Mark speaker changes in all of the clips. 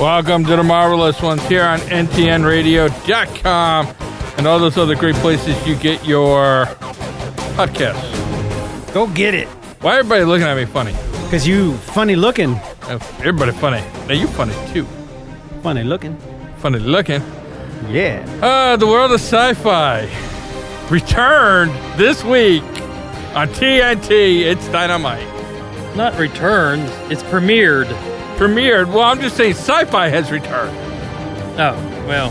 Speaker 1: welcome to the Marvelous Ones here on NTNRadio.com and all those other great places you get your podcasts.
Speaker 2: Go get it.
Speaker 1: Why everybody looking at me funny?
Speaker 2: Because you funny looking.
Speaker 1: Oh, Everybody funny. Now you funny too.
Speaker 2: Funny looking.
Speaker 1: Funny looking.
Speaker 2: Yeah.
Speaker 1: Uh, the world of sci-fi returned this week on TNT. It's dynamite.
Speaker 3: Not returned. It's premiered.
Speaker 1: Premiered. Well, I'm just saying sci-fi has returned.
Speaker 3: Oh, well.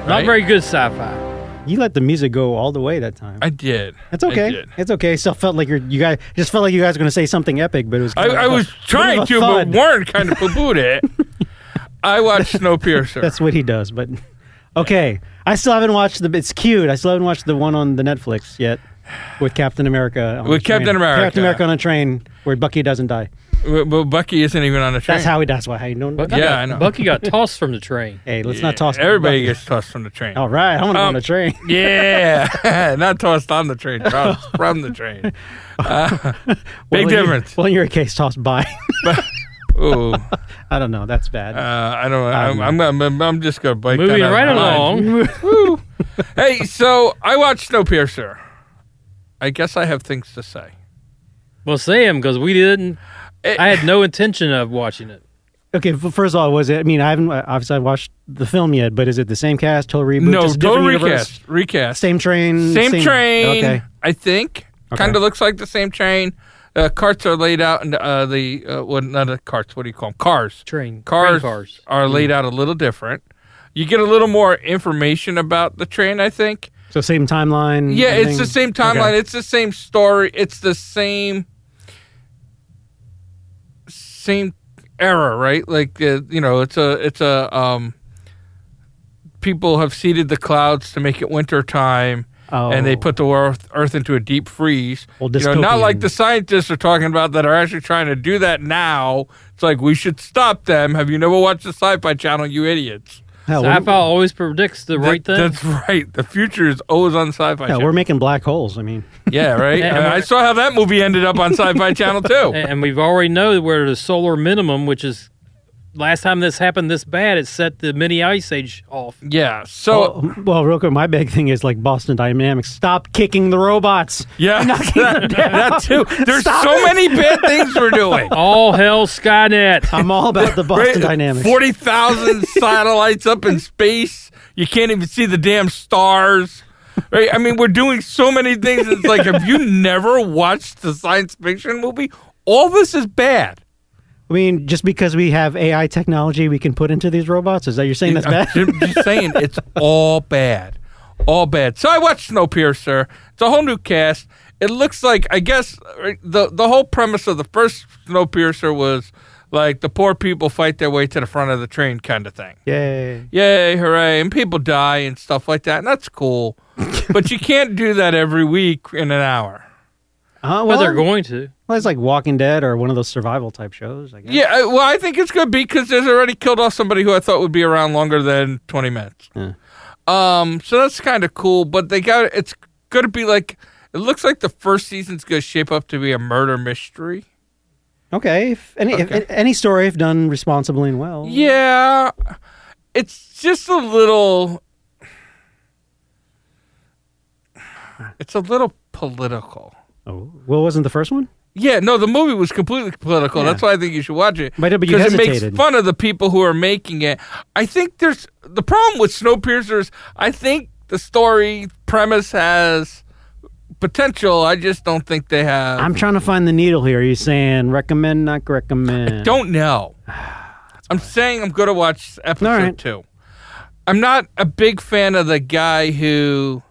Speaker 1: Right?
Speaker 3: Not very good sci fi.
Speaker 2: You let the music go all the way that time.
Speaker 1: I did.
Speaker 2: That's okay.
Speaker 1: I did.
Speaker 2: It's okay. Still felt like you're you guys just felt like you guys were gonna say something epic, but it was.
Speaker 1: I,
Speaker 2: kind of
Speaker 1: I
Speaker 2: a-
Speaker 1: was
Speaker 2: bit of
Speaker 1: trying
Speaker 2: a
Speaker 1: to,
Speaker 2: thud.
Speaker 1: but Warren kind of poo-pooed it. I watched Snowpiercer.
Speaker 2: That's what he does. But okay, I still haven't watched the. It's cute. I still haven't watched the one on the Netflix yet with Captain America. on
Speaker 1: With
Speaker 2: a train.
Speaker 1: Captain America.
Speaker 2: Captain America on a train where Bucky doesn't die.
Speaker 1: W- Well, Bucky isn't even on the train.
Speaker 2: That's how he. That's why I don't.
Speaker 1: Yeah, I know.
Speaker 3: Bucky got tossed from the train.
Speaker 2: hey, let's not toss
Speaker 1: Everybody
Speaker 2: Bucky.
Speaker 1: gets tossed from the train.
Speaker 2: All right, I'm gonna go
Speaker 1: Um,
Speaker 2: on a train.
Speaker 1: Yeah, not tossed on the train, tossed from the train. Uh,
Speaker 2: Well,
Speaker 1: big
Speaker 2: in your-
Speaker 1: difference.
Speaker 2: well, in your case, tossed by.
Speaker 1: Ooh, uh,
Speaker 2: I don't know. That's bad.
Speaker 1: I don't.
Speaker 2: Ah,
Speaker 1: I'm, I'm, I'm, I'm, just gonna bike.
Speaker 3: Moving
Speaker 1: that out of
Speaker 3: right
Speaker 1: my mind.
Speaker 3: along.
Speaker 1: Woo. Hey, so I watched Snowpiercer. I guess I have things to say.
Speaker 3: Well, Sam, because we didn't.
Speaker 1: It-
Speaker 3: I had no intention of watching it.
Speaker 2: Okay, f- first of all, was it? I mean, I haven't uh, obviously I watched the film yet, but is it the same cast, total reboot?
Speaker 1: no,
Speaker 2: just a
Speaker 1: total
Speaker 2: different
Speaker 1: recast.
Speaker 2: universe?
Speaker 1: Recast.
Speaker 2: same train,
Speaker 1: Same, train.
Speaker 2: Okay,
Speaker 1: I think.
Speaker 2: Okay.
Speaker 1: Kind of looks like the same train. Uh, carts are laid out, and uh, the uh, well, not the carts. What do you call them? Cars.
Speaker 3: Train.
Speaker 1: Cars,
Speaker 3: Train cars.
Speaker 1: are laid out a little different. You get a little more information about the train, I think.
Speaker 2: so same timeline.
Speaker 1: Yeah, it's
Speaker 2: everything?
Speaker 1: the same timeline.
Speaker 2: Okay.
Speaker 1: It's the same story. It's the same same era, right? Like uh, you know, it's a it's a um people have seeded the clouds to make it winter time
Speaker 2: Oh.
Speaker 1: and they put the earth, earth into a deep freeze.
Speaker 2: Well,
Speaker 1: you know, not like
Speaker 2: dystopian.
Speaker 1: the scientists are talking about that are actually trying to do that now. It's like we should stop them. Have you never watched the Sci-Fi Channel, you idiots?
Speaker 2: Hell,
Speaker 3: sci fi
Speaker 2: we're,
Speaker 3: always predicts the right
Speaker 1: That-
Speaker 3: thing.
Speaker 1: That's right. The future is always on Sci-Fi.
Speaker 2: yeah,
Speaker 1: Channel.
Speaker 2: we're making black holes. I mean,
Speaker 1: Yeah, right.
Speaker 3: And-
Speaker 1: I, I saw how that movie ended up on Sci-Fi Channel too.
Speaker 3: and and we've already know where the solar minimum, which is last time this happened this bad, it set the mini ice age off.
Speaker 1: Yeah. So
Speaker 2: well, well, real quick, my big thing is like Boston Dynamics. Stop kicking the robots.
Speaker 1: yeah, that, that too. There's so many bad things we're doing.
Speaker 3: All hell Skynet.
Speaker 2: I'm all about the Boston Dynamics.
Speaker 1: Forty thousand satellites up in space. You can't even see the damn stars. Right? I mean, we're doing so many things. It's like, have you never watched the science fiction movie? All this is bad.
Speaker 2: I mean, just because we have AI technology, we can put into these robots. Is that you're saying that's bad?
Speaker 1: I'm just saying, it's all bad, all bad. So I watched Snowpiercer. It's a whole new cast. It looks like I guess right, the the whole premise of the first Snowpiercer was like the poor people fight their way to the front of the train kind of thing.
Speaker 2: Yay!
Speaker 1: Yay, hooray! And people die and stuff like that, and that's cool. but you can't do that every week in an hour.
Speaker 2: Uh,
Speaker 3: Well,
Speaker 2: well,
Speaker 3: they're going to.
Speaker 2: well, it's like Walking Dead or one of those survival type shows. I guess.
Speaker 1: Yeah, I- well, I think it's going to be because there's already killed off somebody who I thought would be around longer than 20 minutes.
Speaker 2: Yeah.
Speaker 1: Um, so that's kind of cool, but they got it's going to be like it looks like the first season's going to shape up to be a murder mystery.
Speaker 2: Okay. If any,
Speaker 1: Okay.
Speaker 2: If, any story, if done responsibly and well.
Speaker 1: Yeah, it's just a little. It's a little political.
Speaker 2: Oh, well, wasn't the first one?
Speaker 1: Yeah, no, the movie was completely political.
Speaker 2: Yeah.
Speaker 1: That's why I think you should watch it.
Speaker 2: But- but you
Speaker 1: it makes
Speaker 2: hesitated.
Speaker 1: fun of the people who are making it. I think there's the problem with Snowpiercer is I think the story premise has potential. I just don't think they have.
Speaker 2: I'm trying to find the needle here. Are you saying recommend, not recommend?
Speaker 1: don't know. I'm saying I'm going to watch episode
Speaker 2: All right.
Speaker 1: two. I'm not a big fan of the guy who,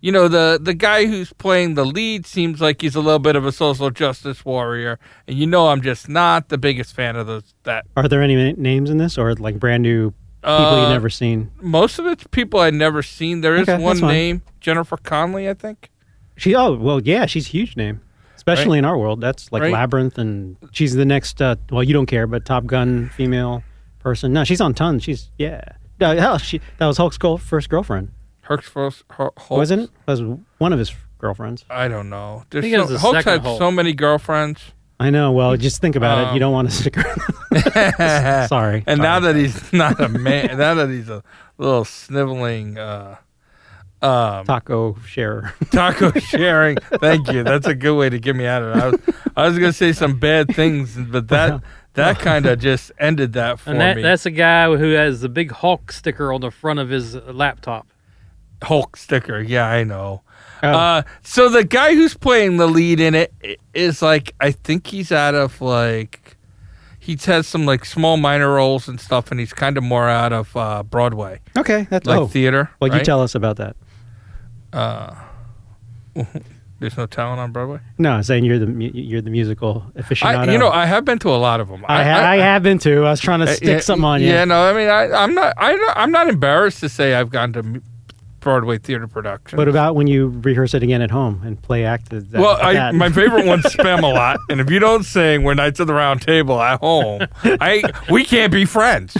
Speaker 1: you know, the the guy who's playing the lead seems like he's a little bit of a social justice warrior, and you know, I'm just not the biggest fan of those. That
Speaker 2: Are there any na- names in this, or like brand new people
Speaker 1: Uh,
Speaker 2: you've never seen?
Speaker 1: most of it's people I'd never seen. There is
Speaker 2: Okay, that's
Speaker 1: one
Speaker 2: fine.
Speaker 1: name, Jennifer Conley, I think.
Speaker 2: She. Oh, well, yeah, she's a huge name, especially in our world. That's like
Speaker 1: Right.
Speaker 2: Labyrinth, and she's the next. Uh, well, you don't care, but Top Gun female person. No, she's on tons. She's yeah. Uh, hell, she that was Hulk's girl, first girlfriend,
Speaker 1: Herx Hulk,
Speaker 2: wasn't it? That was one of his girlfriends.
Speaker 1: I don't know. There's
Speaker 3: think it was
Speaker 1: so,
Speaker 3: the
Speaker 1: Hulk's
Speaker 3: second
Speaker 1: had
Speaker 3: Hulk.
Speaker 1: so many girlfriends.
Speaker 2: I know. Well, just think about it.
Speaker 1: Um,
Speaker 2: You don't want to stick around. Sorry.
Speaker 1: And
Speaker 2: Sorry.
Speaker 1: now that he's not a man, now that he's a little sniveling uh, um,
Speaker 2: taco sharer.
Speaker 1: taco sharing. Thank you. That's a good way to get me out of it. I was, I was going to say some bad things, but that that kind of just ended that for
Speaker 3: And that,
Speaker 1: me.
Speaker 3: that's a guy who has the big Hulk sticker on the front of his laptop.
Speaker 1: Hulk sticker. Yeah, I know.
Speaker 2: Oh.
Speaker 1: Uh, so the guy who's playing the lead in it i- is like, I think he's out of like, he's had some like small minor roles and stuff, and he's kind of more out of uh, Broadway,
Speaker 2: okay, that's
Speaker 1: like
Speaker 2: oh.
Speaker 1: theater.
Speaker 2: well, you
Speaker 1: right?
Speaker 2: tell us about that.
Speaker 1: Uh, there's no talent on Broadway.
Speaker 2: No, I'm saying you're the mu- you're the musical aficionado.
Speaker 1: I, you know, I have been to a lot of them.
Speaker 2: I, ha- I have been too. I was trying to
Speaker 1: Uh,
Speaker 2: stick
Speaker 1: yeah,
Speaker 2: something on you.
Speaker 1: Yeah, no, I mean, I, I'm not, I, don't- I'm not embarrassed to say I've gone to m- Broadway theater productions.
Speaker 2: What about when you rehearse it again at home and play act? uh, That,
Speaker 1: well, I,
Speaker 2: that?
Speaker 1: my favorite one's Spam a lot, and if you don't sing "We're Knights of the Round Table" at home, I we can't be friends.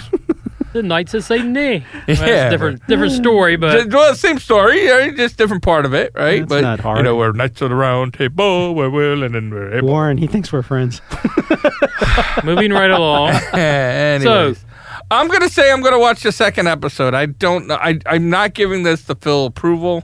Speaker 3: The knights that say nay. Well, that's a
Speaker 1: Yeah.
Speaker 3: different different story, but
Speaker 1: Just- well, same story, uh, just different part of it, right?
Speaker 2: That's not hard.
Speaker 1: you know, we're Knights of the Round Table, we're willing and we're able.
Speaker 2: Warren, he thinks we're friends.
Speaker 3: moving right along.
Speaker 1: Anyways, I'm gonna say I'm gonna watch the second episode. I don't know. I I'm not giving this the full approval.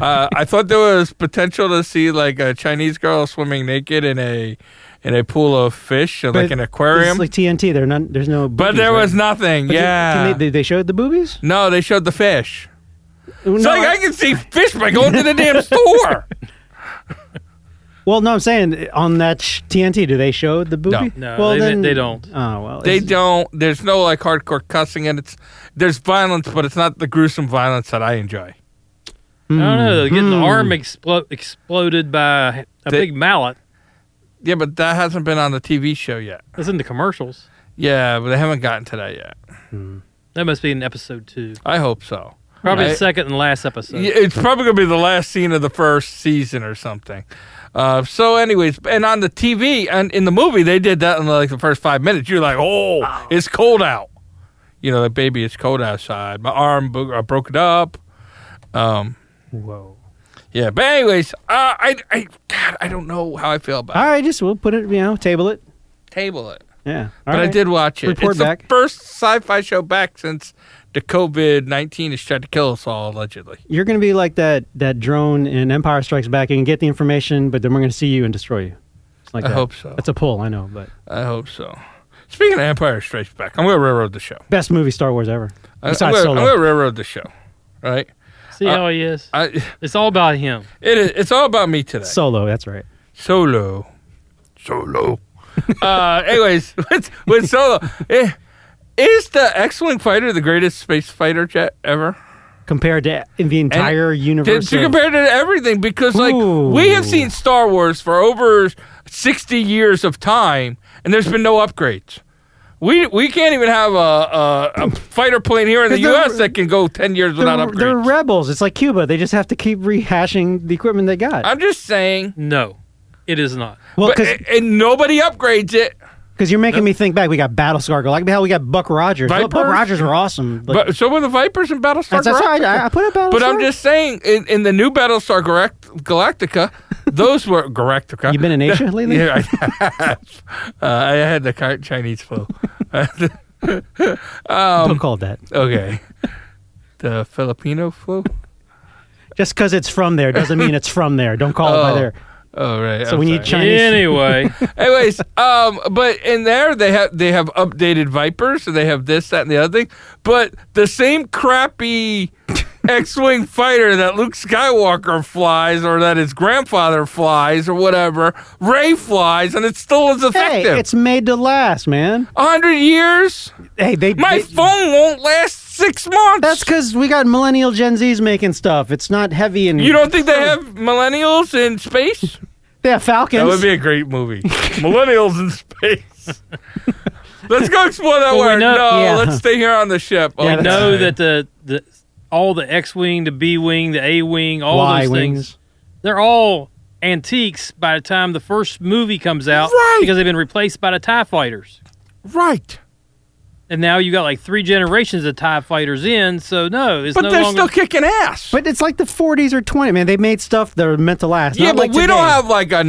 Speaker 1: Uh, I thought there was potential to see like a Chinese girl swimming naked in a in a pool of fish, or like
Speaker 2: But
Speaker 1: an
Speaker 2: It's
Speaker 1: aquarium.
Speaker 2: like TNT. There, none. There's no. Boobies,
Speaker 1: but there
Speaker 2: right?
Speaker 1: was nothing.
Speaker 2: But you-
Speaker 1: yeah.
Speaker 2: can they, they, they showed the boobies.
Speaker 1: no, they showed the fish.
Speaker 2: No,
Speaker 1: It's like I can see fish by going to the damn store.
Speaker 2: well, no, I'm saying on that sh- TNT, do they show the boobie?
Speaker 3: No,
Speaker 2: well,
Speaker 3: they-
Speaker 2: then,
Speaker 3: they don't.
Speaker 2: Oh well,
Speaker 1: They
Speaker 2: it's-
Speaker 1: don't. There's no like hardcore cussing, and it's there's violence, but it's not the gruesome violence that I enjoy.
Speaker 3: I don't know. They're getting the
Speaker 2: Hmm.
Speaker 3: arm explo- exploded by a
Speaker 1: They-
Speaker 3: big mallet.
Speaker 1: Yeah, but that hasn't been on the TV show yet.
Speaker 3: That's in the commercials.
Speaker 1: Yeah, but they haven't gotten to that yet.
Speaker 3: That must be in episode two.
Speaker 1: I hope so.
Speaker 3: Probably
Speaker 1: I-
Speaker 3: the second and last episode.
Speaker 1: Yeah, It's probably going to be the last scene of the first season or something. Uh, so, anyways, and on the TV and in the movie, they did that in like the first five minutes. You're like, oh, it's cold out. You know, like, baby, it's cold outside. My arm bo- I broke it up. Um,
Speaker 2: Whoa.
Speaker 1: yeah, but anyways, uh, I, I, God, I don't know how I feel about
Speaker 2: All right, just we'll put it. You know, table it.
Speaker 1: it. Table it.
Speaker 2: Yeah.
Speaker 1: but I did watch it.
Speaker 2: Report
Speaker 1: it's the
Speaker 2: back.
Speaker 1: first sci-fi show back since the COVID nineteen has tried to kill us all allegedly.
Speaker 2: You're going to be like that that drone in Empire Strikes Back. You can get the information, but then we're going to see you and destroy you. It's like
Speaker 1: I
Speaker 2: that.
Speaker 1: hope so.
Speaker 2: That's a pull, I know, but
Speaker 1: I hope so. Speaking of Empire Strikes Back, I'm going to railroad the show.
Speaker 2: best movie Star Wars ever.
Speaker 1: I- I'm
Speaker 2: Besides
Speaker 1: gonna, I'm
Speaker 2: Solo.
Speaker 1: gonna railroad the show, right?
Speaker 3: See
Speaker 1: Uh,
Speaker 3: how he is.
Speaker 1: I,
Speaker 3: It's all about him.
Speaker 1: it is, it's all about me today.
Speaker 2: Solo, that's right.
Speaker 1: solo, solo. uh, anyways, with, with solo, eh, is the X-wing fighter the greatest space fighter jet ever?
Speaker 2: Compared to in the entire
Speaker 1: To,
Speaker 2: universe.
Speaker 1: to
Speaker 2: of-
Speaker 1: compare to everything, because like we have
Speaker 2: Ooh.
Speaker 1: seen Star Wars for over sixty years of time, and there's been no upgrades. We we can't even have a, a, a fighter plane here in the
Speaker 2: Because they're-
Speaker 1: U.S. that can go ten years without
Speaker 2: they're,
Speaker 1: upgrades.
Speaker 2: they're rebels. It's like Cuba. They just have to keep rehashing the equipment they got.
Speaker 1: I'm just saying.
Speaker 3: No, it is not.
Speaker 2: well,
Speaker 1: but, and, and nobody upgrades it.
Speaker 2: because you're making me think back. We got Battlescar Galactica. Hell, we got Buck Rogers. Buck, Buck
Speaker 1: Vipers?
Speaker 2: Rogers are awesome. Like,
Speaker 1: but so were the Vipers in Battlestar
Speaker 2: that's, that's
Speaker 1: Galactica.
Speaker 2: why I, I put up Battlestar.
Speaker 1: But I'm just saying, in, in the new Battlestar Galact- Galactica, those were Galactica.
Speaker 2: You been in Asia lately?
Speaker 1: Yeah, I, have. uh, I had the Chi- Chinese flu. Um,
Speaker 2: Don't call it that.
Speaker 1: okay, the Filipino flu.
Speaker 2: Just because it's from there doesn't mean it's from there. Don't call it by
Speaker 1: Oh.
Speaker 2: there.
Speaker 1: Oh right.
Speaker 2: So
Speaker 1: I'm
Speaker 2: we
Speaker 1: sorry.
Speaker 2: need Chi- Chinese-
Speaker 3: Anyway,
Speaker 1: Anyways, um, but in there they have they have updated Vipers, so they have this, that, and the other thing. But the same crappy X-wing fighter that Luke Skywalker flies, or that his grandfather flies, or whatever, Ray flies, and it still is
Speaker 2: Hey,
Speaker 1: effective.
Speaker 2: it's made to last, man.
Speaker 1: A hundred years,
Speaker 2: Hey, they.
Speaker 1: my
Speaker 2: they-
Speaker 1: phone won't last six months.
Speaker 2: That's because we got millennial Gen Zs making stuff. It's not heavy and
Speaker 1: you don't think they have millennials in space?
Speaker 2: they have Falcons.
Speaker 1: That would be a great movie. Millennials in space. let's go explore that
Speaker 3: Well, we
Speaker 1: word.
Speaker 3: know-
Speaker 1: no,
Speaker 2: yeah.
Speaker 1: let's stay here on the ship. Oh,
Speaker 2: Yeah,
Speaker 1: no,
Speaker 2: that's-
Speaker 3: know that the, the all the X wing, the B wing, the A wing, all
Speaker 2: Y
Speaker 3: those
Speaker 2: wings.
Speaker 3: things, they're all antiques by the time the first movie comes out
Speaker 1: Right.
Speaker 3: because they've been replaced by the Tie fighters.
Speaker 1: right.
Speaker 3: and now you got like three generations of Tie Fighters in. So no, it's
Speaker 1: But
Speaker 3: no
Speaker 1: they're
Speaker 3: longer.
Speaker 1: still kicking ass.
Speaker 2: But it's like the 40s or 20. Man, they made stuff that are meant to last.
Speaker 1: yeah,
Speaker 2: not
Speaker 1: but
Speaker 2: like
Speaker 1: we don't
Speaker 2: today.
Speaker 1: have like a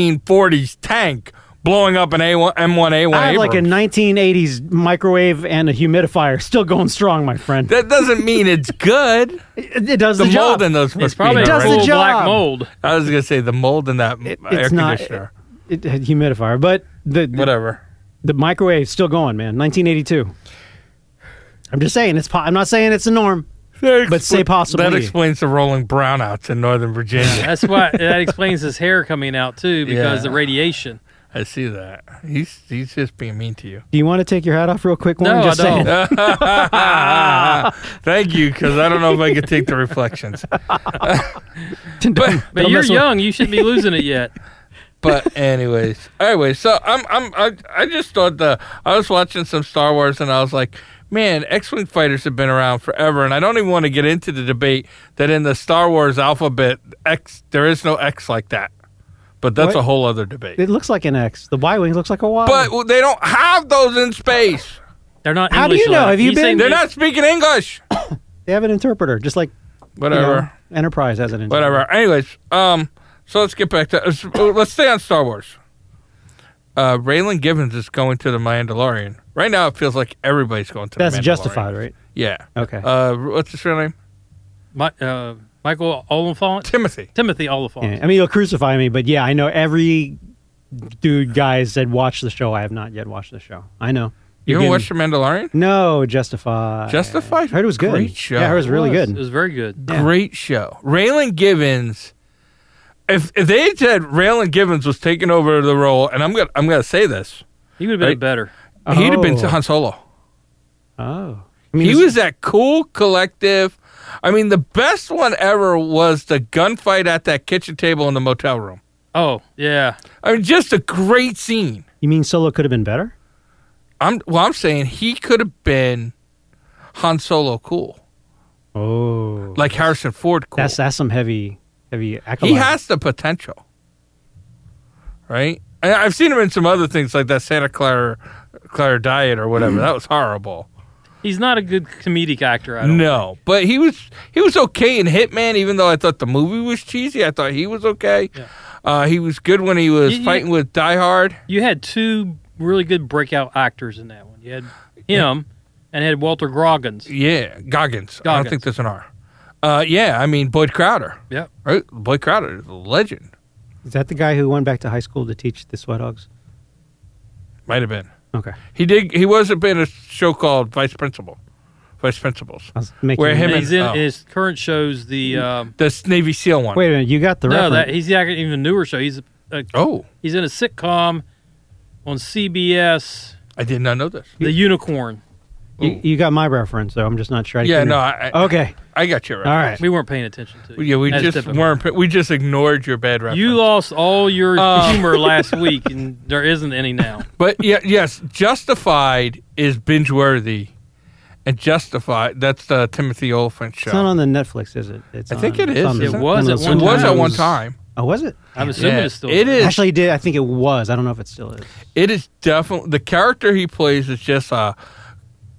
Speaker 1: 1940s tank blowing up an A1, M1A1.
Speaker 2: I have like a
Speaker 1: Abrams.
Speaker 2: 1980s microwave and a humidifier still going strong, my friend.
Speaker 1: that doesn't mean it's good.
Speaker 2: It, it does
Speaker 1: The,
Speaker 2: the,
Speaker 1: mold
Speaker 2: job.
Speaker 1: in those must
Speaker 3: it's probably
Speaker 1: be
Speaker 2: does the
Speaker 3: full
Speaker 1: horrendous.
Speaker 2: job.
Speaker 3: black mold.
Speaker 1: I was gonna say the mold in that uh,
Speaker 2: It-
Speaker 1: air
Speaker 2: it's not-
Speaker 1: conditioner.
Speaker 2: It, it- humidifier, but the, the
Speaker 1: Whatever.
Speaker 2: the microwave's still going, man. 1982. I'm just saying it's. Po- I'm not saying it's the norm. But say possibly.
Speaker 1: That explains the rolling brownouts in Northern Virginia.
Speaker 3: That's why that explains his hair coming out too because
Speaker 1: Yeah.
Speaker 3: the radiation.
Speaker 1: I see that. He's he's just being mean to you.
Speaker 2: Do you want to take your hat off real quick? Warren?
Speaker 3: No,
Speaker 2: just
Speaker 3: I don't.
Speaker 1: Uh,
Speaker 2: saying.
Speaker 1: Thank you, because I don't know if I could take the reflections.
Speaker 2: Don't-
Speaker 3: But
Speaker 2: don't
Speaker 3: you're
Speaker 2: mess with-
Speaker 3: young. You shouldn't be losing it yet.
Speaker 1: But anyways, anyway, so I'm I'm I, I just thought the I was watching some Star Wars and I was like, man, X-wing fighters have been around forever, and I don't even want to get into the debate that in the Star Wars alphabet X there is no X like that. But that's
Speaker 2: What?
Speaker 1: a whole other debate.
Speaker 2: It looks like an X. The Y wing looks like a Y.
Speaker 1: But they don't have those in space.
Speaker 3: They're not.
Speaker 2: How do
Speaker 3: English
Speaker 2: you know?
Speaker 3: like-
Speaker 2: Have you
Speaker 3: he's saying
Speaker 1: They're not speaking English.
Speaker 2: they have an interpreter, just like you know,
Speaker 1: Whatever.
Speaker 2: Enterprise has an interpreter.
Speaker 1: Whatever. Anyways, um, so let's get back to uh, let's stay on Star Wars. Uh, Raylan Givens is going to the Mandalorian. Right now, it feels like everybody's going to.
Speaker 2: That's
Speaker 1: the Mandalorian.
Speaker 2: justified, right?
Speaker 1: Yeah.
Speaker 2: Okay.
Speaker 1: Uh, what's his real name?
Speaker 3: Mi- uh, Michael Oliphant,
Speaker 1: Timothy.
Speaker 3: Timothy Oliphant.
Speaker 2: Yeah, I mean, you'll crucify me, but yeah, I know every dude guys said watch the show. I have not yet watched the show. I know.
Speaker 1: You
Speaker 2: You're
Speaker 1: ever
Speaker 2: getting-
Speaker 1: watched the Mandalorian?
Speaker 2: No, Justified.
Speaker 1: Justified?
Speaker 2: Heard it was good.
Speaker 1: Great show.
Speaker 2: Yeah, it was really
Speaker 3: It
Speaker 2: good.
Speaker 3: was very good.
Speaker 2: Yeah.
Speaker 1: Great show. Raylan Givens. If, if they had said Raylan Givens was taking over the role, and I'm gonna I'm gonna say this,
Speaker 3: He would have been
Speaker 1: Right.
Speaker 3: better.
Speaker 1: he'd have been
Speaker 2: Oh.
Speaker 1: Han Solo.
Speaker 2: Oh, I mean,
Speaker 1: he
Speaker 2: it was-
Speaker 1: was that cool collective. I mean, the best one ever was the gunfight at that kitchen table in the motel room.
Speaker 3: Oh yeah,
Speaker 1: I mean, just a great scene.
Speaker 2: You mean Solo could have been better?
Speaker 1: I'm well. I'm saying he could have been Han Solo cool,
Speaker 2: Oh,
Speaker 1: like Harrison Ford cool.
Speaker 2: that's that's some heavy, heavy. Acolyte.
Speaker 1: he has the potential, right? And I've seen him in some other things like that Santa Clara Clara diet or whatever. that was horrible.
Speaker 3: he's not a good comedic actor. I don't
Speaker 1: No, but he was he was okay in Hitman. Even though I thought the movie was cheesy, I thought he was okay.
Speaker 3: Yeah.
Speaker 1: Uh, he was good when he was
Speaker 3: You- you-
Speaker 1: fighting with Die Hard.
Speaker 3: You had two really good breakout actors in that one. You had him and had Walter Groggins.
Speaker 1: Yeah, Goggins. I don't
Speaker 3: Goggins.
Speaker 1: think there's an R. Uh, yeah, I mean Boyd Crowder.
Speaker 3: Yep.
Speaker 1: Right? Boyd Crowder is a legend.
Speaker 2: Is that the guy who went back to high school to teach the Sweat Dogs?
Speaker 1: Might have been.
Speaker 2: Okay,
Speaker 1: He did. He was up in a show called Vice Principal, Vice Principals.
Speaker 2: I was making.
Speaker 1: Where him
Speaker 3: And
Speaker 1: and-
Speaker 3: he's in
Speaker 1: oh.
Speaker 3: his current shows. The um,
Speaker 1: The Navy SEAL one.
Speaker 2: Wait a minute, you got the
Speaker 3: no,
Speaker 2: reference.
Speaker 3: that he's actually even newer show. He's a,
Speaker 1: Oh,
Speaker 3: he's in a sitcom on CBS,
Speaker 1: I did not know this.
Speaker 3: The Unicorn.
Speaker 2: you, you got my reference, though. I'm just not sure. I
Speaker 1: Yeah,
Speaker 2: can-
Speaker 1: no, I, I,
Speaker 2: okay,
Speaker 1: I got you right.
Speaker 2: all right.
Speaker 3: We weren't paying attention to.
Speaker 1: Yeah, we
Speaker 3: That's
Speaker 1: just
Speaker 3: typical.
Speaker 1: weren't. We just ignored your bad reference.
Speaker 3: You lost all your
Speaker 1: Uh,
Speaker 3: humor last week, and there isn't any now.
Speaker 1: But yeah, yes, Justified is binge worthy, and Justified that's the Timothy Oliphant show.
Speaker 2: It's not on the Netflix, is it? It's
Speaker 1: I think
Speaker 2: on
Speaker 1: it is.
Speaker 2: some-
Speaker 1: It
Speaker 2: some
Speaker 3: was
Speaker 2: of
Speaker 3: at
Speaker 2: those-
Speaker 1: it
Speaker 3: one
Speaker 1: was
Speaker 3: time.
Speaker 1: at one time.
Speaker 2: Oh, was it?
Speaker 3: I'm assuming
Speaker 1: Yeah,
Speaker 3: it's still
Speaker 1: it is.
Speaker 2: Actually, it did I think it was? I don't know if it still is.
Speaker 1: It is definitely the character he plays is just a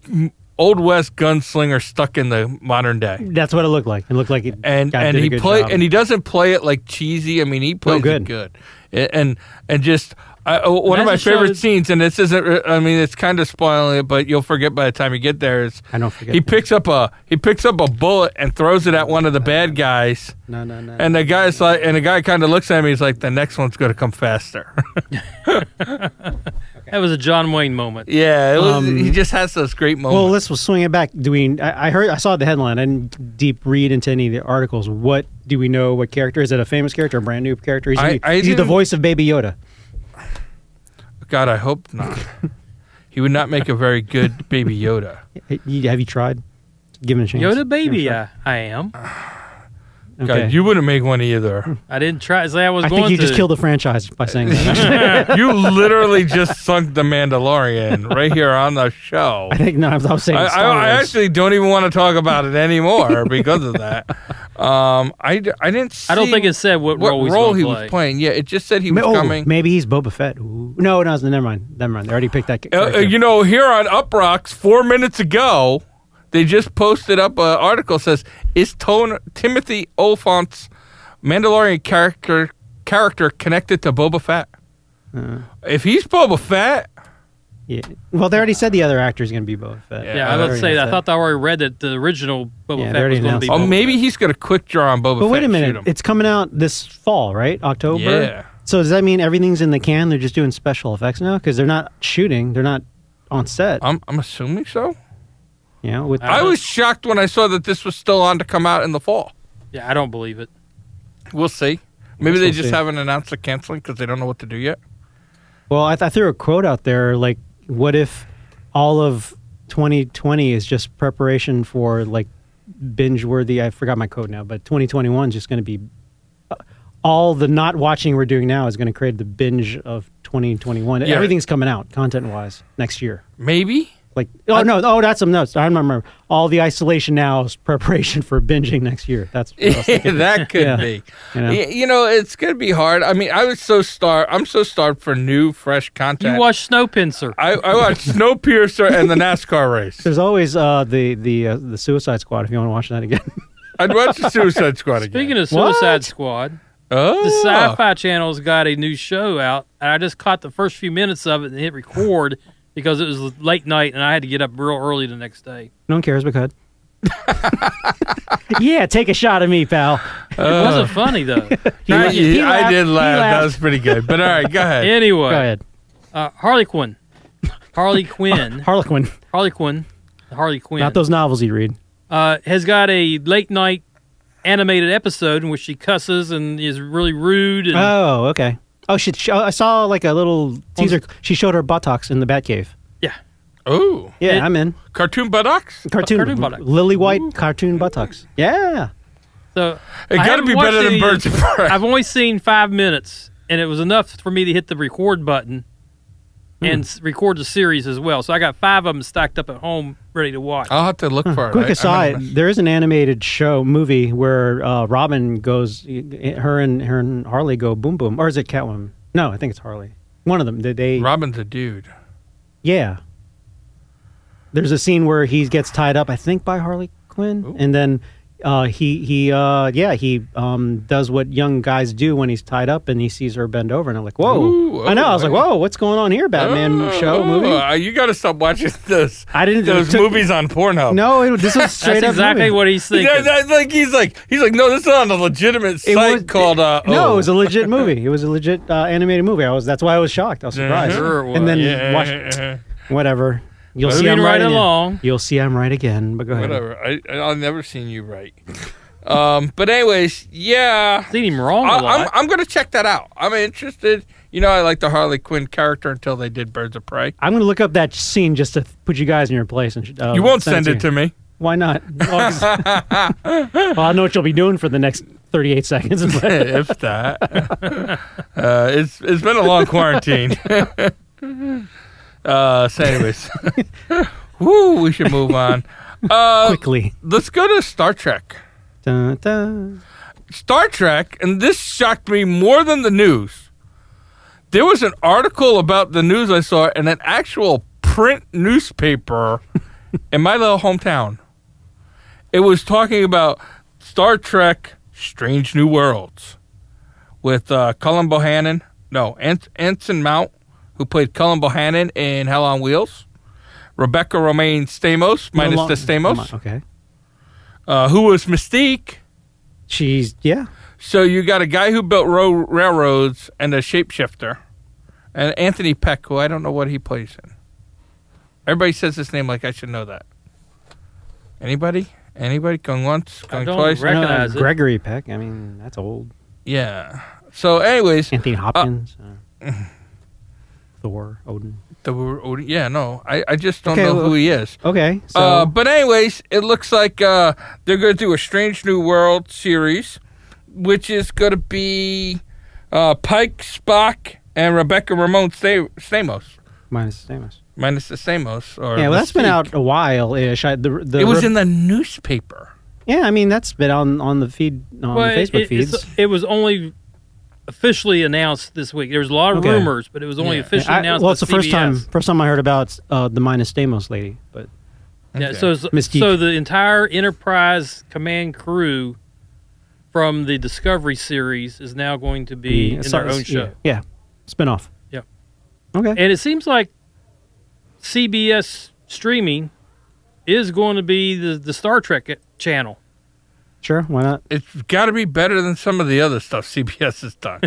Speaker 1: m- old west gunslinger stuck in the modern day,
Speaker 2: That's what it looked like. It looked like it.
Speaker 1: and
Speaker 2: God,
Speaker 1: and
Speaker 2: did a
Speaker 1: he
Speaker 2: good
Speaker 1: play
Speaker 2: job.
Speaker 1: and he doesn't play it like cheesy. I mean, he plays
Speaker 2: good.
Speaker 1: it good, A- and and just. I, oh, one of my
Speaker 3: That's a show
Speaker 1: favorite
Speaker 3: that-
Speaker 1: scenes, and this isn't, re- I mean, it's kind of spoiling it, but you'll forget by the time you get there, is
Speaker 2: I don't forget.
Speaker 1: he
Speaker 2: that.
Speaker 1: picks up a he picks up a bullet and throws it at one of the bad guys
Speaker 2: no, no, no.
Speaker 1: and the guy's like and the guy kind of looks at me he's like the next one's going to come faster
Speaker 3: That was a John Wayne moment.
Speaker 1: yeah it was,
Speaker 2: Um,
Speaker 1: he just has those great
Speaker 2: well,
Speaker 1: moments
Speaker 2: let's we'll swing it back. Do we? I, I heard. I saw the headline. I didn't deep read into any of the articles. What do we know? What character is it? A famous character? A brand new character? Is he,
Speaker 1: I- I
Speaker 2: is he the
Speaker 1: didn't-
Speaker 2: voice of Baby Yoda?
Speaker 1: god i hope not he would not make a very good baby yoda
Speaker 2: Hey, you- Have you tried? Give him a chance.
Speaker 3: Yoda baby,
Speaker 2: Give him
Speaker 3: I, I am.
Speaker 2: a shot.
Speaker 1: god you wouldn't make one either
Speaker 3: I didn't try. Say I was
Speaker 2: I
Speaker 3: going
Speaker 2: think you
Speaker 3: to.
Speaker 2: just killed the franchise by saying that.
Speaker 1: you literally just sunk the mandalorian right here on the show
Speaker 2: I think no, I was, I
Speaker 1: I,
Speaker 2: was saying.
Speaker 1: I,
Speaker 2: Star
Speaker 1: I
Speaker 2: Wars.
Speaker 1: actually don't even want to talk about it anymore because of that Um, I, d- I didn't.
Speaker 3: I don't
Speaker 1: see
Speaker 3: think it said what,
Speaker 1: what
Speaker 3: role, he's
Speaker 1: role
Speaker 3: gonna
Speaker 1: he
Speaker 3: play.
Speaker 1: was playing. Yeah, it just said he was
Speaker 2: Ma- oh,
Speaker 1: coming.
Speaker 2: Maybe he's Boba Fett. Ooh. No, no, never mind. Never mind. They already picked that.
Speaker 1: Uh, uh,
Speaker 2: character.
Speaker 1: you know, here on Up Rocks, four minutes ago, they just posted up an article that says is Ton- Timothy Oliphant's Mandalorian character character connected to Boba Fett?
Speaker 2: Uh,
Speaker 1: If he's Boba Fett,
Speaker 2: yeah. Well, they already said the other actor is going to be Boba Fett.
Speaker 1: Yeah,
Speaker 3: Yeah, I
Speaker 2: They
Speaker 3: was
Speaker 2: already
Speaker 3: about to say.
Speaker 2: announced
Speaker 3: I thought I already read that the original
Speaker 2: Yeah,
Speaker 3: Boba
Speaker 2: they
Speaker 3: Fett
Speaker 2: already
Speaker 3: was going to be.
Speaker 2: announced
Speaker 1: oh,
Speaker 3: Boba
Speaker 1: maybe
Speaker 3: Fett.
Speaker 1: he's gonna quick draw on Boba.
Speaker 2: But wait
Speaker 1: Fett
Speaker 2: a
Speaker 1: and
Speaker 2: minute,
Speaker 1: shoot him.
Speaker 2: it's coming out this fall, right? October.
Speaker 1: Yeah.
Speaker 2: So does that mean everything's in the can? They're just doing special effects now because they're not shooting. They're not on set.
Speaker 1: I'm I'm assuming so.
Speaker 2: you know, with
Speaker 3: I
Speaker 1: Uh, I
Speaker 3: don't-
Speaker 1: was shocked when I saw that this was still on to come out in the fall.
Speaker 3: Yeah, I don't believe it.
Speaker 1: We'll see. Maybe they
Speaker 2: we'll
Speaker 1: just
Speaker 2: see.
Speaker 1: haven't announced the canceling because they don't know what to do yet.
Speaker 2: well, I, th- I threw a quote out there like, "What if all of 2020 is just preparation for like binge-worthy?" I forgot my quote now, but 2021 is just going to be uh, all the not watching we're doing now is going to create the binge of 2021.
Speaker 1: Yeah.
Speaker 2: Everything's coming out content-wise next year.
Speaker 1: Maybe.
Speaker 2: Like oh no oh that's some notes I remember all the isolation now is preparation for binging next year that's what I was thinking,
Speaker 1: that could
Speaker 2: Yeah.
Speaker 1: be.
Speaker 2: you know?
Speaker 1: Y- You know, it's gonna be hard. I mean, I was so starved. I'm so starved for new, fresh content.
Speaker 3: You watch Snowpiercer.
Speaker 1: I, I watched Snowpiercer and the NASCAR race.
Speaker 2: There's always uh, the the uh, the Suicide Squad if you want to watch that again.
Speaker 1: I'd watch the Suicide Squad again.
Speaker 3: Speaking of
Speaker 2: What?
Speaker 3: Suicide Squad,
Speaker 1: oh,
Speaker 3: the Sci-Fi Channel's got a new show out, and I just caught the first few minutes of it and hit record because it was late night and I had to get up real early the next day.
Speaker 2: no one cares, but could. yeah, take a shot of me, pal.
Speaker 3: it wasn't funny though.
Speaker 1: I,
Speaker 2: he
Speaker 1: I did
Speaker 2: laughed, he
Speaker 1: laugh. That
Speaker 2: laughed.
Speaker 1: was pretty good. But all right, go ahead.
Speaker 3: anyway,
Speaker 2: Go ahead,
Speaker 3: Uh, Harley Quinn, Harley Quinn,
Speaker 2: Harlequin.
Speaker 3: Harley Quinn, Harley Quinn.
Speaker 2: Not those novels you read.
Speaker 3: uh, has got a late night animated episode in which she cusses and is really rude.
Speaker 1: Mm.
Speaker 3: And,
Speaker 2: Oh, okay. Oh, she, she- I saw like a little teaser. She showed her buttocks in the Batcave.
Speaker 3: yeah,
Speaker 1: Ooh,
Speaker 2: Yeah,
Speaker 3: It-
Speaker 2: I'm in.
Speaker 1: cartoon Oh, buttocks.
Speaker 2: Cartoon,
Speaker 3: cartoon buttock.
Speaker 2: lily white cartoon buttocks. Yeah.
Speaker 3: so
Speaker 1: It got
Speaker 3: I
Speaker 1: to
Speaker 3: haven't
Speaker 1: be
Speaker 3: watched
Speaker 1: better than
Speaker 3: any of
Speaker 1: Birds
Speaker 3: it.
Speaker 1: of Prey.
Speaker 3: I've only seen five minutes, and it was enough for me to hit the record button
Speaker 2: Hmm.
Speaker 3: and s record the series as well. So I got five of them stacked up at home, ready to watch.
Speaker 2: Uh,
Speaker 1: I'll have to look for it.
Speaker 2: Hmm. Quick
Speaker 1: I- I
Speaker 2: aside:
Speaker 1: remember-
Speaker 2: there is an animated show movie where uh, Robin goes, her and her and Harley go boom boom, or is it Catwoman? No, I think it's Harley. One of them. They, they
Speaker 1: Robin's a dude.
Speaker 2: Yeah. There's a scene where he gets tied up, I think, by Harley Quinn,
Speaker 1: Ooh.
Speaker 2: and then uh, he he uh, yeah he um, does what young guys do when he's tied up, and he sees her bend over, and I'm like, whoa!
Speaker 1: Ooh,
Speaker 2: I know, I was
Speaker 1: oh,
Speaker 2: like, whoa, what's going on here, Batman
Speaker 1: Oh,
Speaker 2: show movie?
Speaker 1: uh, you got to stop watching those.
Speaker 2: I didn't-
Speaker 1: Those
Speaker 2: it took-
Speaker 1: movies on Pornhub.
Speaker 2: no, it, this was straight
Speaker 3: That's
Speaker 2: up
Speaker 3: exactly
Speaker 2: movie.
Speaker 3: what he's thinking.
Speaker 1: Yeah, that- like he's like he's like no, this is on a legitimate
Speaker 2: It
Speaker 1: site
Speaker 2: was-
Speaker 1: called. Uh,
Speaker 2: No,
Speaker 1: oh.
Speaker 2: it was a legit movie. It was a legit uh, animated movie. I was that's why I was shocked. I was surprised.
Speaker 3: Sure it
Speaker 2: and then
Speaker 1: yeah,
Speaker 2: watch whatever. You'll see
Speaker 3: Moving
Speaker 2: I'm
Speaker 3: right
Speaker 2: right, again.
Speaker 3: along.
Speaker 2: You'll see I'm right again. But go ahead.
Speaker 1: whatever. I, I I've never seen you right. Um, but anyways, yeah,
Speaker 3: Seen him wrong a
Speaker 1: I,
Speaker 3: lot.
Speaker 1: I'm I'm gonna check that out. I'm interested. You know, I like the Harley Quinn character until they did Birds of Prey.
Speaker 2: I'm going to look up that scene just to put you guys in your place. And uh,
Speaker 1: You won't send it
Speaker 2: you.
Speaker 1: to me.
Speaker 2: Why not? well, 'cause- well, I know what you'll be doing for the next 38 seconds. but-
Speaker 1: if that. uh, it's it's been a long quarantine. uh, so, anyways, woo, we should move on. Uh,
Speaker 2: quickly.
Speaker 1: let's go to Star Trek.
Speaker 2: Dun, dun.
Speaker 1: Star Trek, and this shocked me more than the news. There was an article about the news I saw in an actual print newspaper in my little hometown. It was talking about Star Trek Strange New Worlds with uh, Cullen Bohannon, no, An- Anson Mount, who played Cullen Bohannon in Hell on Wheels, Rebecca Romaine Stamos, minus
Speaker 2: Along-
Speaker 1: the Stamos,
Speaker 2: Okay.
Speaker 1: uh, who was Mystique.
Speaker 2: She's, yeah.
Speaker 1: So you got a guy who built ro- railroads and a shapeshifter, and Anthony Peck, who I don't know what he plays in. Everybody says his name like I should know that. Anybody? Anybody? Going once? Going
Speaker 3: don't
Speaker 1: twice?
Speaker 3: rec- Recognize
Speaker 2: No, uh,
Speaker 3: it.
Speaker 2: Gregory Peck. I mean, that's old.
Speaker 1: yeah. So, anyways,
Speaker 2: Anthony Hopkins. uh, Thor, Odin.
Speaker 1: the, oh, yeah, no, I, I just don't
Speaker 2: Okay,
Speaker 1: know
Speaker 2: well-
Speaker 1: who he is.
Speaker 2: Okay. So,
Speaker 1: Uh, but anyways, it looks like uh, they're going to do a Strange New World series, which is going to be uh, Pike, Spock, and Rebecca Ramon Sta- Stamos.
Speaker 2: minus Stamos.
Speaker 1: minus the Samos. Or
Speaker 2: Yeah, well, that's been
Speaker 1: Mystique.
Speaker 2: out a while ish. I, the, the,
Speaker 1: It was in the newspaper.
Speaker 2: Yeah, I mean that's been on on the feed on
Speaker 3: Well,
Speaker 2: the
Speaker 3: it-
Speaker 2: Facebook
Speaker 3: it, it's-
Speaker 2: feeds.
Speaker 3: It was only officially announced this week. There was a lot of
Speaker 2: Okay.
Speaker 3: rumors, but it was only
Speaker 1: Yeah.
Speaker 3: officially
Speaker 2: I-
Speaker 3: announced.
Speaker 2: well,
Speaker 3: by
Speaker 2: it's the first time
Speaker 3: CBS.
Speaker 2: first time I heard about uh, the minus Stamos lady, but
Speaker 3: Yeah,
Speaker 1: Okay.
Speaker 3: so so-
Speaker 2: Mystique.
Speaker 3: so the entire Enterprise command crew from the Discovery series is now going to be in their own show,
Speaker 2: Yeah, yeah. spinoff.
Speaker 3: Yeah.
Speaker 2: Okay.
Speaker 3: and it seems like CBS streaming is going to be the, the Star Trek channel.
Speaker 2: sure. Why not?
Speaker 1: It's got to be better than some of the other stuff CBS has done.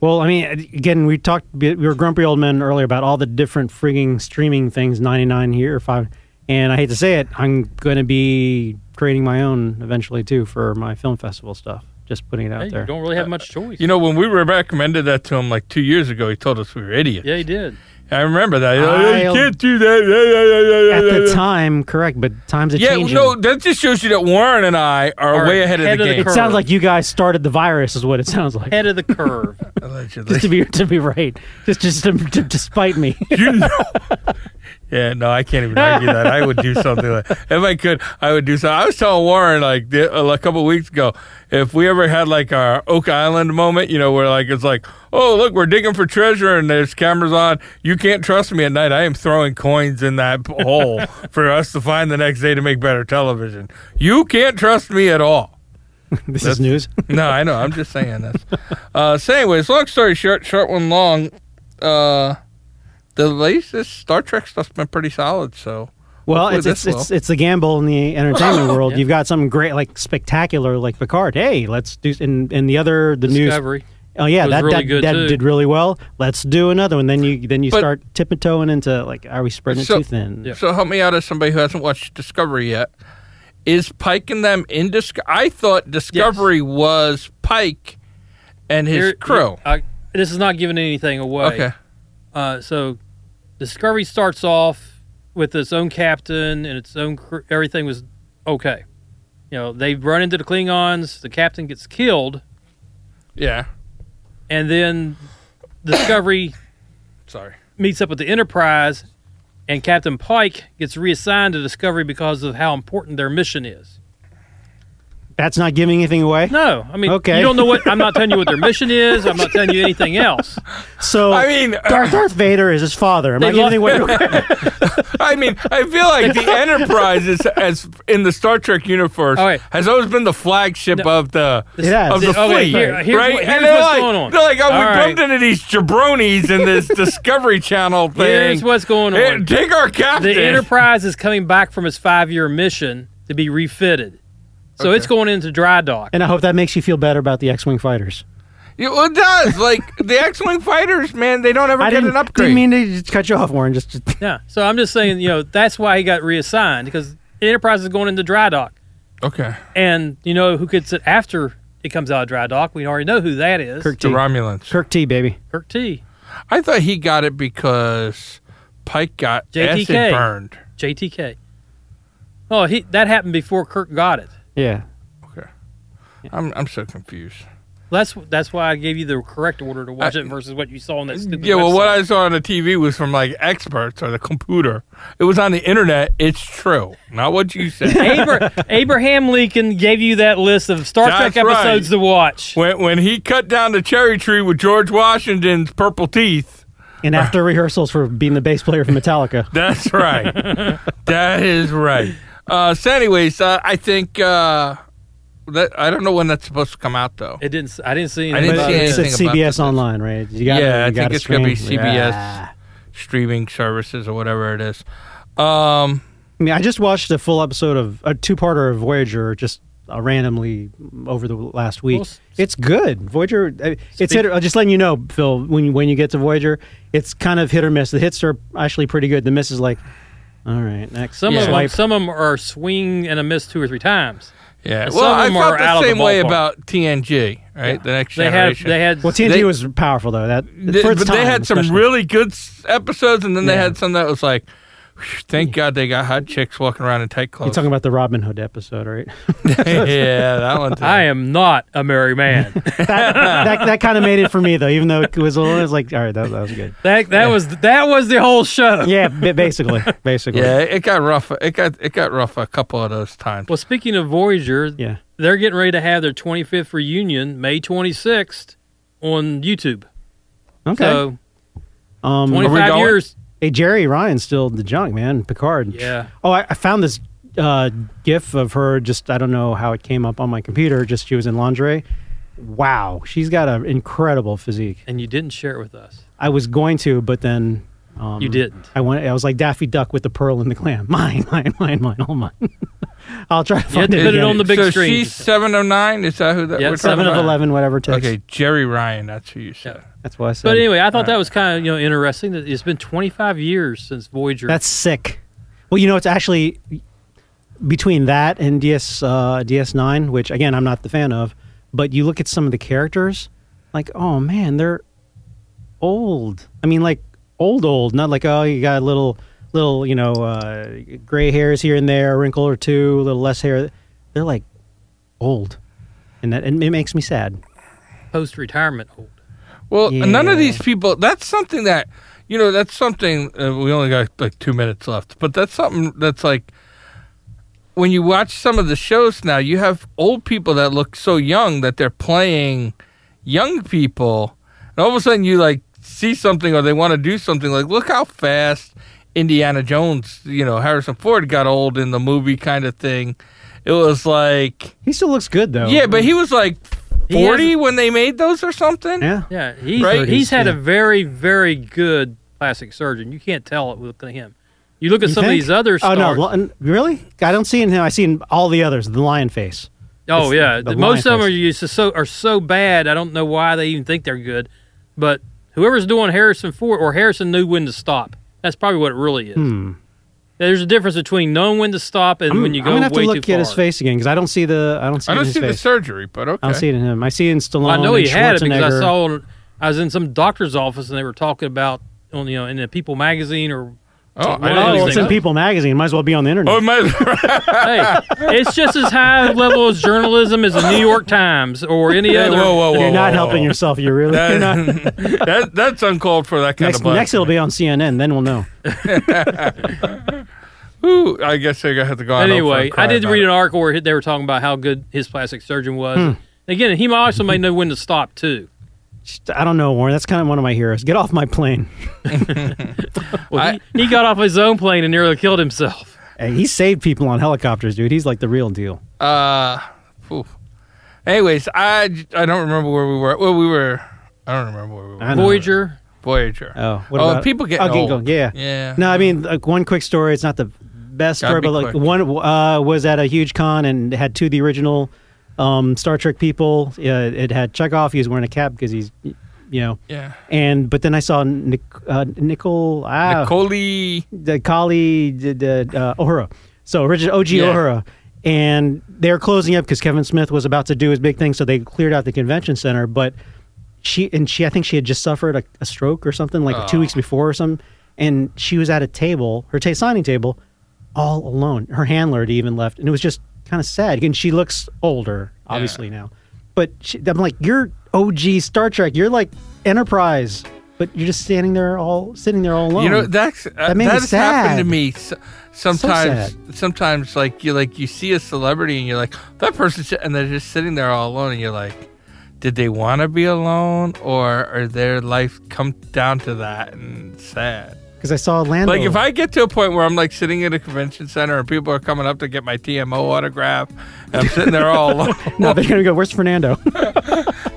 Speaker 2: Well, I mean, again, we talked. We were grumpy old men earlier about all the different frigging streaming things. Ninety nine here, five. And I hate to say it, I'm going to be creating my own eventually too for my film festival stuff. Just putting it out
Speaker 3: Hey,
Speaker 2: there.
Speaker 3: you don't really have much choice.
Speaker 1: Uh, you know, when we recommended that to him like two years ago, he told us we were idiots.
Speaker 3: yeah, he did.
Speaker 1: I remember that. He's like, "Oh,
Speaker 2: I'll-
Speaker 1: you can't do that.
Speaker 2: At the time, correct, but times are
Speaker 1: yeah,
Speaker 2: changing.
Speaker 1: no, that just shows you that Warren and I are,
Speaker 3: Are
Speaker 1: way ahead of the
Speaker 3: ahead of the
Speaker 1: game.
Speaker 2: it sounds like you guys started the virus, is what it sounds like.
Speaker 3: Head of the curve.
Speaker 1: Allegedly.
Speaker 2: just to be to be right, just just to, to, to spite me.
Speaker 1: you know. Yeah, no, I can't even argue that. I would do something like if I could. I would do something. I was telling Warren like the, a couple of weeks ago, if we ever had like our Oak Island moment, you know, where like it's like, oh look, we're digging for treasure and there's cameras on. You can't trust me at night. I am throwing coins in that hole for us to find the next day to make better television. You can't trust me at all.
Speaker 2: this
Speaker 1: That's-
Speaker 2: is news.
Speaker 1: no, I know. I'm just saying this. Uh, so, anyways, long story short, short one long. Uh, the latest Star Trek stuff's been pretty solid. So,
Speaker 2: Well,
Speaker 1: hopefully
Speaker 2: it's it's,
Speaker 1: this will.
Speaker 2: it's it's a gamble in the entertainment world.
Speaker 3: Yeah.
Speaker 2: You've got something great, like spectacular, like Picard. Hey, let's do. And and the other the news.
Speaker 3: Discovery.
Speaker 2: Oh yeah,
Speaker 3: was
Speaker 2: that
Speaker 3: really
Speaker 2: that,
Speaker 3: good,
Speaker 2: that
Speaker 3: too.
Speaker 2: did really well. Let's do another one. Then you then you
Speaker 1: But-
Speaker 2: start tiptoeing into like, are we spreading
Speaker 1: So-
Speaker 2: it too thin?
Speaker 3: Yeah.
Speaker 1: so help me out as somebody who hasn't watched Discovery yet. Is Pike and them in Discovery? I thought Discovery was Pike and his
Speaker 3: Here-
Speaker 1: crew.
Speaker 3: I, this is not giving anything away.
Speaker 1: Okay.
Speaker 3: Uh, so Discovery starts off with its own captain and its own cr- everything was okay. You know, they run into the Klingons, the captain gets killed,
Speaker 1: Yeah.
Speaker 3: and then Discovery
Speaker 1: Sorry.
Speaker 3: meets up with the Enterprise and Captain Pike gets reassigned to Discovery because of how important their mission is.
Speaker 2: That's not giving anything away.
Speaker 3: No, I mean
Speaker 2: Okay.
Speaker 3: you don't know what I'm not telling you what their mission is, I'm not telling you anything else.
Speaker 2: So
Speaker 1: I mean,
Speaker 2: Darth, Darth Vader is his father. Am I
Speaker 3: They
Speaker 2: giving away?
Speaker 1: I mean, I feel like the Enterprise is, as in the Star Trek universe,
Speaker 3: All right.
Speaker 1: has always been the flagship of the
Speaker 2: Yeah.
Speaker 1: of the fleet,
Speaker 3: Okay, here- here's
Speaker 1: right?
Speaker 3: what-
Speaker 1: and
Speaker 3: here's
Speaker 1: they're
Speaker 3: what's
Speaker 1: like,
Speaker 3: going on.
Speaker 1: they're like, oh, we
Speaker 3: All right.
Speaker 1: bumped into these jabronis in this Discovery Channel thing.
Speaker 3: Here's what's going on.
Speaker 1: Hey, take our captain.
Speaker 3: The Enterprise is coming back from its five year mission to be refitted. So
Speaker 1: Okay.
Speaker 3: it's going into dry dock.
Speaker 2: and I hope that makes you feel better about the X-wing fighters.
Speaker 1: Yeah, well, it does. Like the X-wing fighters, man, they don't ever
Speaker 2: I
Speaker 1: get
Speaker 2: didn't,
Speaker 1: an upgrade.
Speaker 2: didn't mean to just cut you off, Warren. Just, just
Speaker 3: yeah. So I'm just saying, you know, that's why he got reassigned because the Enterprise is going into dry dock.
Speaker 1: okay,
Speaker 3: And you know who gets it after it comes out of dry dock? We already know who that is.
Speaker 2: Kirk
Speaker 1: the
Speaker 2: T.
Speaker 1: Romulans.
Speaker 2: Kirk T. Baby.
Speaker 3: Kirk T.
Speaker 1: I thought he got it because Pike got
Speaker 3: JTK.
Speaker 1: acid burned.
Speaker 3: JTK. Oh, he that happened before Kirk got it.
Speaker 2: Yeah.
Speaker 1: I'm I'm so confused.
Speaker 3: That's that's why I gave you the correct order to watch
Speaker 1: I-
Speaker 3: it versus what you saw on that stupid
Speaker 1: Uh, Yeah, well, what
Speaker 3: website.
Speaker 1: I saw on the TV was from like experts or the computer. It was on the internet. It's true, not what you said.
Speaker 3: Abra- Abraham Lincoln gave you that list of Star
Speaker 1: That's
Speaker 3: Trek episodes
Speaker 1: right.
Speaker 3: to watch.
Speaker 1: when when he cut down the cherry tree with George Washington's purple teeth.
Speaker 2: And after rehearsals for being the bass player for Metallica.
Speaker 1: That's right. that is right. Uh, so, anyways, uh, I think uh, that I don't know when that's supposed to come out though.
Speaker 3: It didn't. s- I didn't see.
Speaker 1: I didn't
Speaker 3: anything about
Speaker 2: But
Speaker 1: see
Speaker 3: it.
Speaker 2: it's at
Speaker 1: anything about
Speaker 2: CBS Online, right? You gotta,
Speaker 1: Yeah, I
Speaker 2: you
Speaker 1: think
Speaker 2: gotta
Speaker 1: it's gonna be
Speaker 2: stream.
Speaker 1: CBS.
Speaker 2: Yeah.
Speaker 1: Streaming services or whatever it is. Um,
Speaker 2: I mean, I just watched a full episode of a two-parter of Voyager just uh, randomly over the last week.
Speaker 3: Well, s-
Speaker 2: it's good. Voyager. uh, It's
Speaker 3: Speak-
Speaker 2: hit. Or, just letting you know, Phil. When you, when you get to Voyager, it's kind of hit or miss. The hits are actually pretty good. The miss is like, all right, next.
Speaker 3: Some of them,
Speaker 2: swipe.
Speaker 3: some of them are swing and a miss two or three times.
Speaker 1: yeah.
Speaker 3: And
Speaker 1: Well,
Speaker 3: some of
Speaker 1: I
Speaker 3: them
Speaker 1: felt
Speaker 3: are out
Speaker 1: the
Speaker 3: of the
Speaker 1: same way
Speaker 3: ballpark.
Speaker 1: about TNG, right? The next
Speaker 3: They had
Speaker 1: generation.
Speaker 3: they had
Speaker 2: Well, TNG
Speaker 1: they-
Speaker 2: was powerful though. That
Speaker 1: Th-
Speaker 2: for its
Speaker 1: but they
Speaker 2: time,
Speaker 1: had some
Speaker 2: especially.
Speaker 1: really good s- episodes, and then they
Speaker 2: Yeah.
Speaker 1: had some that was like, Thank God they got hot chicks walking around in tight
Speaker 2: You're
Speaker 1: clothes.
Speaker 2: talking about the Robin Hood episode, right?
Speaker 1: yeah, that one. Too.
Speaker 3: I am not a merry man.
Speaker 2: that that, that kind of made it for me though, even though it was a little, it was like, all right, that, that was good.
Speaker 3: that that was that was the whole show.
Speaker 2: Yeah, ba- basically, basically.
Speaker 1: Yeah, it got rough. It got it got rough a couple of those times.
Speaker 3: Well, speaking of Voyager,
Speaker 2: Yeah.
Speaker 3: they're getting ready to have their 25th reunion May 26th on YouTube.
Speaker 2: Okay.
Speaker 3: So
Speaker 2: um,
Speaker 1: we
Speaker 3: 25
Speaker 1: going?
Speaker 3: years.
Speaker 2: hey, Jerry Ryan's still the junk man, Picard.
Speaker 3: Yeah.
Speaker 2: Oh, I, I found this uh, GIF of her. Just I don't know how it came up on my computer. Just she was in lingerie. Wow, she's got an incredible physique.
Speaker 3: And you didn't share it with us.
Speaker 2: I was going to, but then um,
Speaker 1: Mm-hmm.
Speaker 3: You didn't.
Speaker 2: I went. I was like Daffy Duck with the pearl and the clam. Mine, mine, mine, mine, all mine. I'll try to
Speaker 3: You had
Speaker 2: find
Speaker 3: to
Speaker 2: it.
Speaker 3: put it
Speaker 2: again.
Speaker 3: on the big
Speaker 1: so
Speaker 3: screen.
Speaker 1: she's seven of nine. Is that who that
Speaker 3: Yeah,
Speaker 1: we're
Speaker 3: seven
Speaker 2: seven
Speaker 1: talking
Speaker 2: of
Speaker 1: about?
Speaker 2: eleven, whatever text.
Speaker 1: Okay, Jerry Ryan. That's who you said.
Speaker 3: Yeah.
Speaker 2: that's what I said.
Speaker 3: But anyway, I
Speaker 1: uh,
Speaker 3: thought that was kind of you know interesting that it's been 25 years since Voyager.
Speaker 2: that's sick. Well, you know, it's actually between that and DS uh, DS Nine, which again I'm not the fan of. But you look at some of the characters, like oh man, they're old. I mean, like old, old, not like oh you got a little, little you know, uh, gray hairs here and there, a wrinkle or two, a little less hair. They're like old, and that and it makes me sad.
Speaker 3: post retirement old.
Speaker 1: Well,
Speaker 2: Yeah.
Speaker 1: none of these people. That's something that you know. That's something. Uh, we only got like two minutes left, but that's something that's like when you watch some of the shows now. You have old people that look so young that they're playing young people, and all of a sudden you like see something or they want to do something. Like look how fast Indiana Jones, you know, Harrison Ford got old in the movie kind of thing. It was like,
Speaker 2: He still looks good though.
Speaker 1: yeah, but he was like
Speaker 3: He has-
Speaker 1: forty when they made those or something.
Speaker 2: yeah.
Speaker 3: Yeah, he's
Speaker 1: Right.
Speaker 3: he's had a
Speaker 2: Yeah.
Speaker 3: very very good plastic surgeon. You can't tell it looking at him. You look at
Speaker 2: You
Speaker 3: some of
Speaker 2: think?
Speaker 3: these other
Speaker 2: Oh
Speaker 3: stars.
Speaker 2: no! Lo- Really? I don't see in him. I see in all the others. The lion face.
Speaker 3: Oh
Speaker 2: It's
Speaker 3: yeah,
Speaker 2: the
Speaker 3: The- most of them
Speaker 2: lion
Speaker 3: are
Speaker 2: face.
Speaker 3: used to so are so bad. I don't know why they even think they're good, but whoever's doing Harrison Ford or Harrison knew when to stop. That's probably what it really is.
Speaker 2: Hmm.
Speaker 3: There's a difference between knowing when to stop and when you
Speaker 2: I'm
Speaker 3: go
Speaker 2: gonna have to
Speaker 3: way
Speaker 2: look
Speaker 3: too
Speaker 2: at
Speaker 3: far.
Speaker 2: his face again because I don't see the. I don't see,
Speaker 1: I
Speaker 2: it
Speaker 1: don't
Speaker 2: in his
Speaker 1: see the
Speaker 2: face.
Speaker 1: surgery, but okay.
Speaker 2: I don't see it in him. I see it in Stallone.
Speaker 3: Well, I know he
Speaker 2: and
Speaker 3: had it because I
Speaker 2: Schwarzenegger.
Speaker 3: saw I was in some doctor's office and they were talking about on you know in the People magazine or
Speaker 1: Oh,
Speaker 3: I didn't
Speaker 2: Oh,
Speaker 3: know
Speaker 2: it's in
Speaker 3: anything.
Speaker 2: People Magazine. Might as well be on the internet.
Speaker 1: Oh, my.
Speaker 3: hey, it's just as high level as journalism as the New York Times or any
Speaker 1: Hey,
Speaker 3: other.
Speaker 1: whoa, whoa, whoa,
Speaker 2: you're not
Speaker 1: whoa,
Speaker 2: helping
Speaker 1: whoa.
Speaker 2: yourself. You're really you're not.
Speaker 1: That, that, that's uncalled for. That kind
Speaker 2: Next,
Speaker 1: of buzz.
Speaker 2: next it'll be on CNN. Then we'll know.
Speaker 1: Ooh, I guess I have to go. out and
Speaker 3: Anyway,
Speaker 1: cry
Speaker 3: I did
Speaker 1: about
Speaker 3: read
Speaker 1: it. Hmm.
Speaker 3: an article where they were talking about how good his plastic surgeon was. Again, he might also may know when to stop too.
Speaker 2: Just- I don't know, Warren. That's kind of one of my heroes. Get off my plane.
Speaker 3: Well, he, he got off his own plane and nearly killed himself.
Speaker 2: Hey, he saved people on helicopters, dude. He's like the real deal.
Speaker 1: Uh, phew. Anyways, I, j- I don't remember where we were. Well, we were. I don't remember where we
Speaker 2: I
Speaker 1: were.
Speaker 2: know.
Speaker 3: Voyager.
Speaker 1: Voyager.
Speaker 2: Oh, what
Speaker 1: oh,
Speaker 2: about-
Speaker 1: people get
Speaker 2: Oh,
Speaker 1: old.
Speaker 2: Gingo, yeah.
Speaker 1: Yeah.
Speaker 2: No, I mean like one quick story. It's not the best
Speaker 1: Gotta
Speaker 2: story,
Speaker 1: be
Speaker 2: but like
Speaker 1: quick.
Speaker 2: one uh, was at a huge con and had two of the original um, Star Trek people. Uh, it had Chekhov. He was wearing a cap because he's, you know,
Speaker 1: Yeah.
Speaker 2: and but then I saw Nic- uh, Nicole ah,
Speaker 1: Nicole.
Speaker 2: the Kali the, the, uh, O'Hara. So original OG
Speaker 1: Yeah.
Speaker 2: O'Hara. And they're closing up because Kevin Smith was about to do his big thing, so they cleared out the convention center. But she and she, I think she had just suffered a, a stroke or something like two
Speaker 1: Oh.
Speaker 2: weeks before or something. And she was at a table, her ta signing table, all alone. Her handler had even left, and it was just kind of sad. And she looks older, obviously now. But she, I'm like, you're OG Star Trek. You're like Enterprise, but you're just standing there all sitting there all alone.
Speaker 1: You know that's uh, that,
Speaker 2: That made me
Speaker 1: has happened to
Speaker 2: sad.
Speaker 1: me s- sometimes. sometimes like you like you see a celebrity and you're like that person's and they're just sitting there all alone and you're like, did they want to be alone or or their life come down to that and it's sad.
Speaker 2: because I saw Lando.
Speaker 1: Like if I get to a point where I'm like sitting in a convention center and people are coming up to get my TMO autograph and I'm sitting there all alone
Speaker 2: no, they're gonna go. Where's Fernando?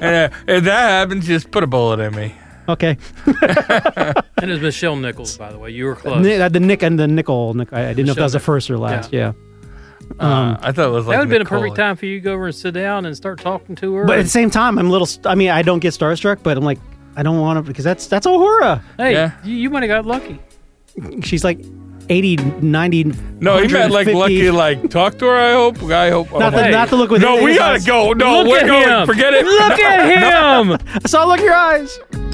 Speaker 1: and uh, if that happens, just put a bullet in me.
Speaker 2: okay,
Speaker 3: And it's Michelle Nichols, by the way. You were close.
Speaker 2: Ni- uh, the Nick and the nickel. Nick, I, I didn't know if that was the
Speaker 3: Michelle
Speaker 2: first or last. Yeah, Um,
Speaker 1: Uh, I thought it was like
Speaker 3: that would have been a
Speaker 1: Nicole.
Speaker 3: perfect time for you to go over and sit down and start talking to her.
Speaker 2: but at the same time, I'm a little. st- I mean, I don't get starstruck, but I'm like, I don't want to because that's that's O'Hara.
Speaker 3: hey,
Speaker 1: Yeah.
Speaker 3: you, you might have got lucky.
Speaker 2: She's like 80, 90.
Speaker 1: No, he meant like
Speaker 2: 150.
Speaker 1: lucky, like talk to her. I hope. I hope.
Speaker 2: Not,
Speaker 1: oh,
Speaker 2: the, not the look with.
Speaker 1: No, we
Speaker 2: Indian
Speaker 1: gotta
Speaker 2: eyes.
Speaker 1: go. No,
Speaker 3: Look
Speaker 1: we're
Speaker 3: at
Speaker 1: going.
Speaker 3: him.
Speaker 1: Forget it.
Speaker 3: Look at him.
Speaker 2: I saw the look in your eyes.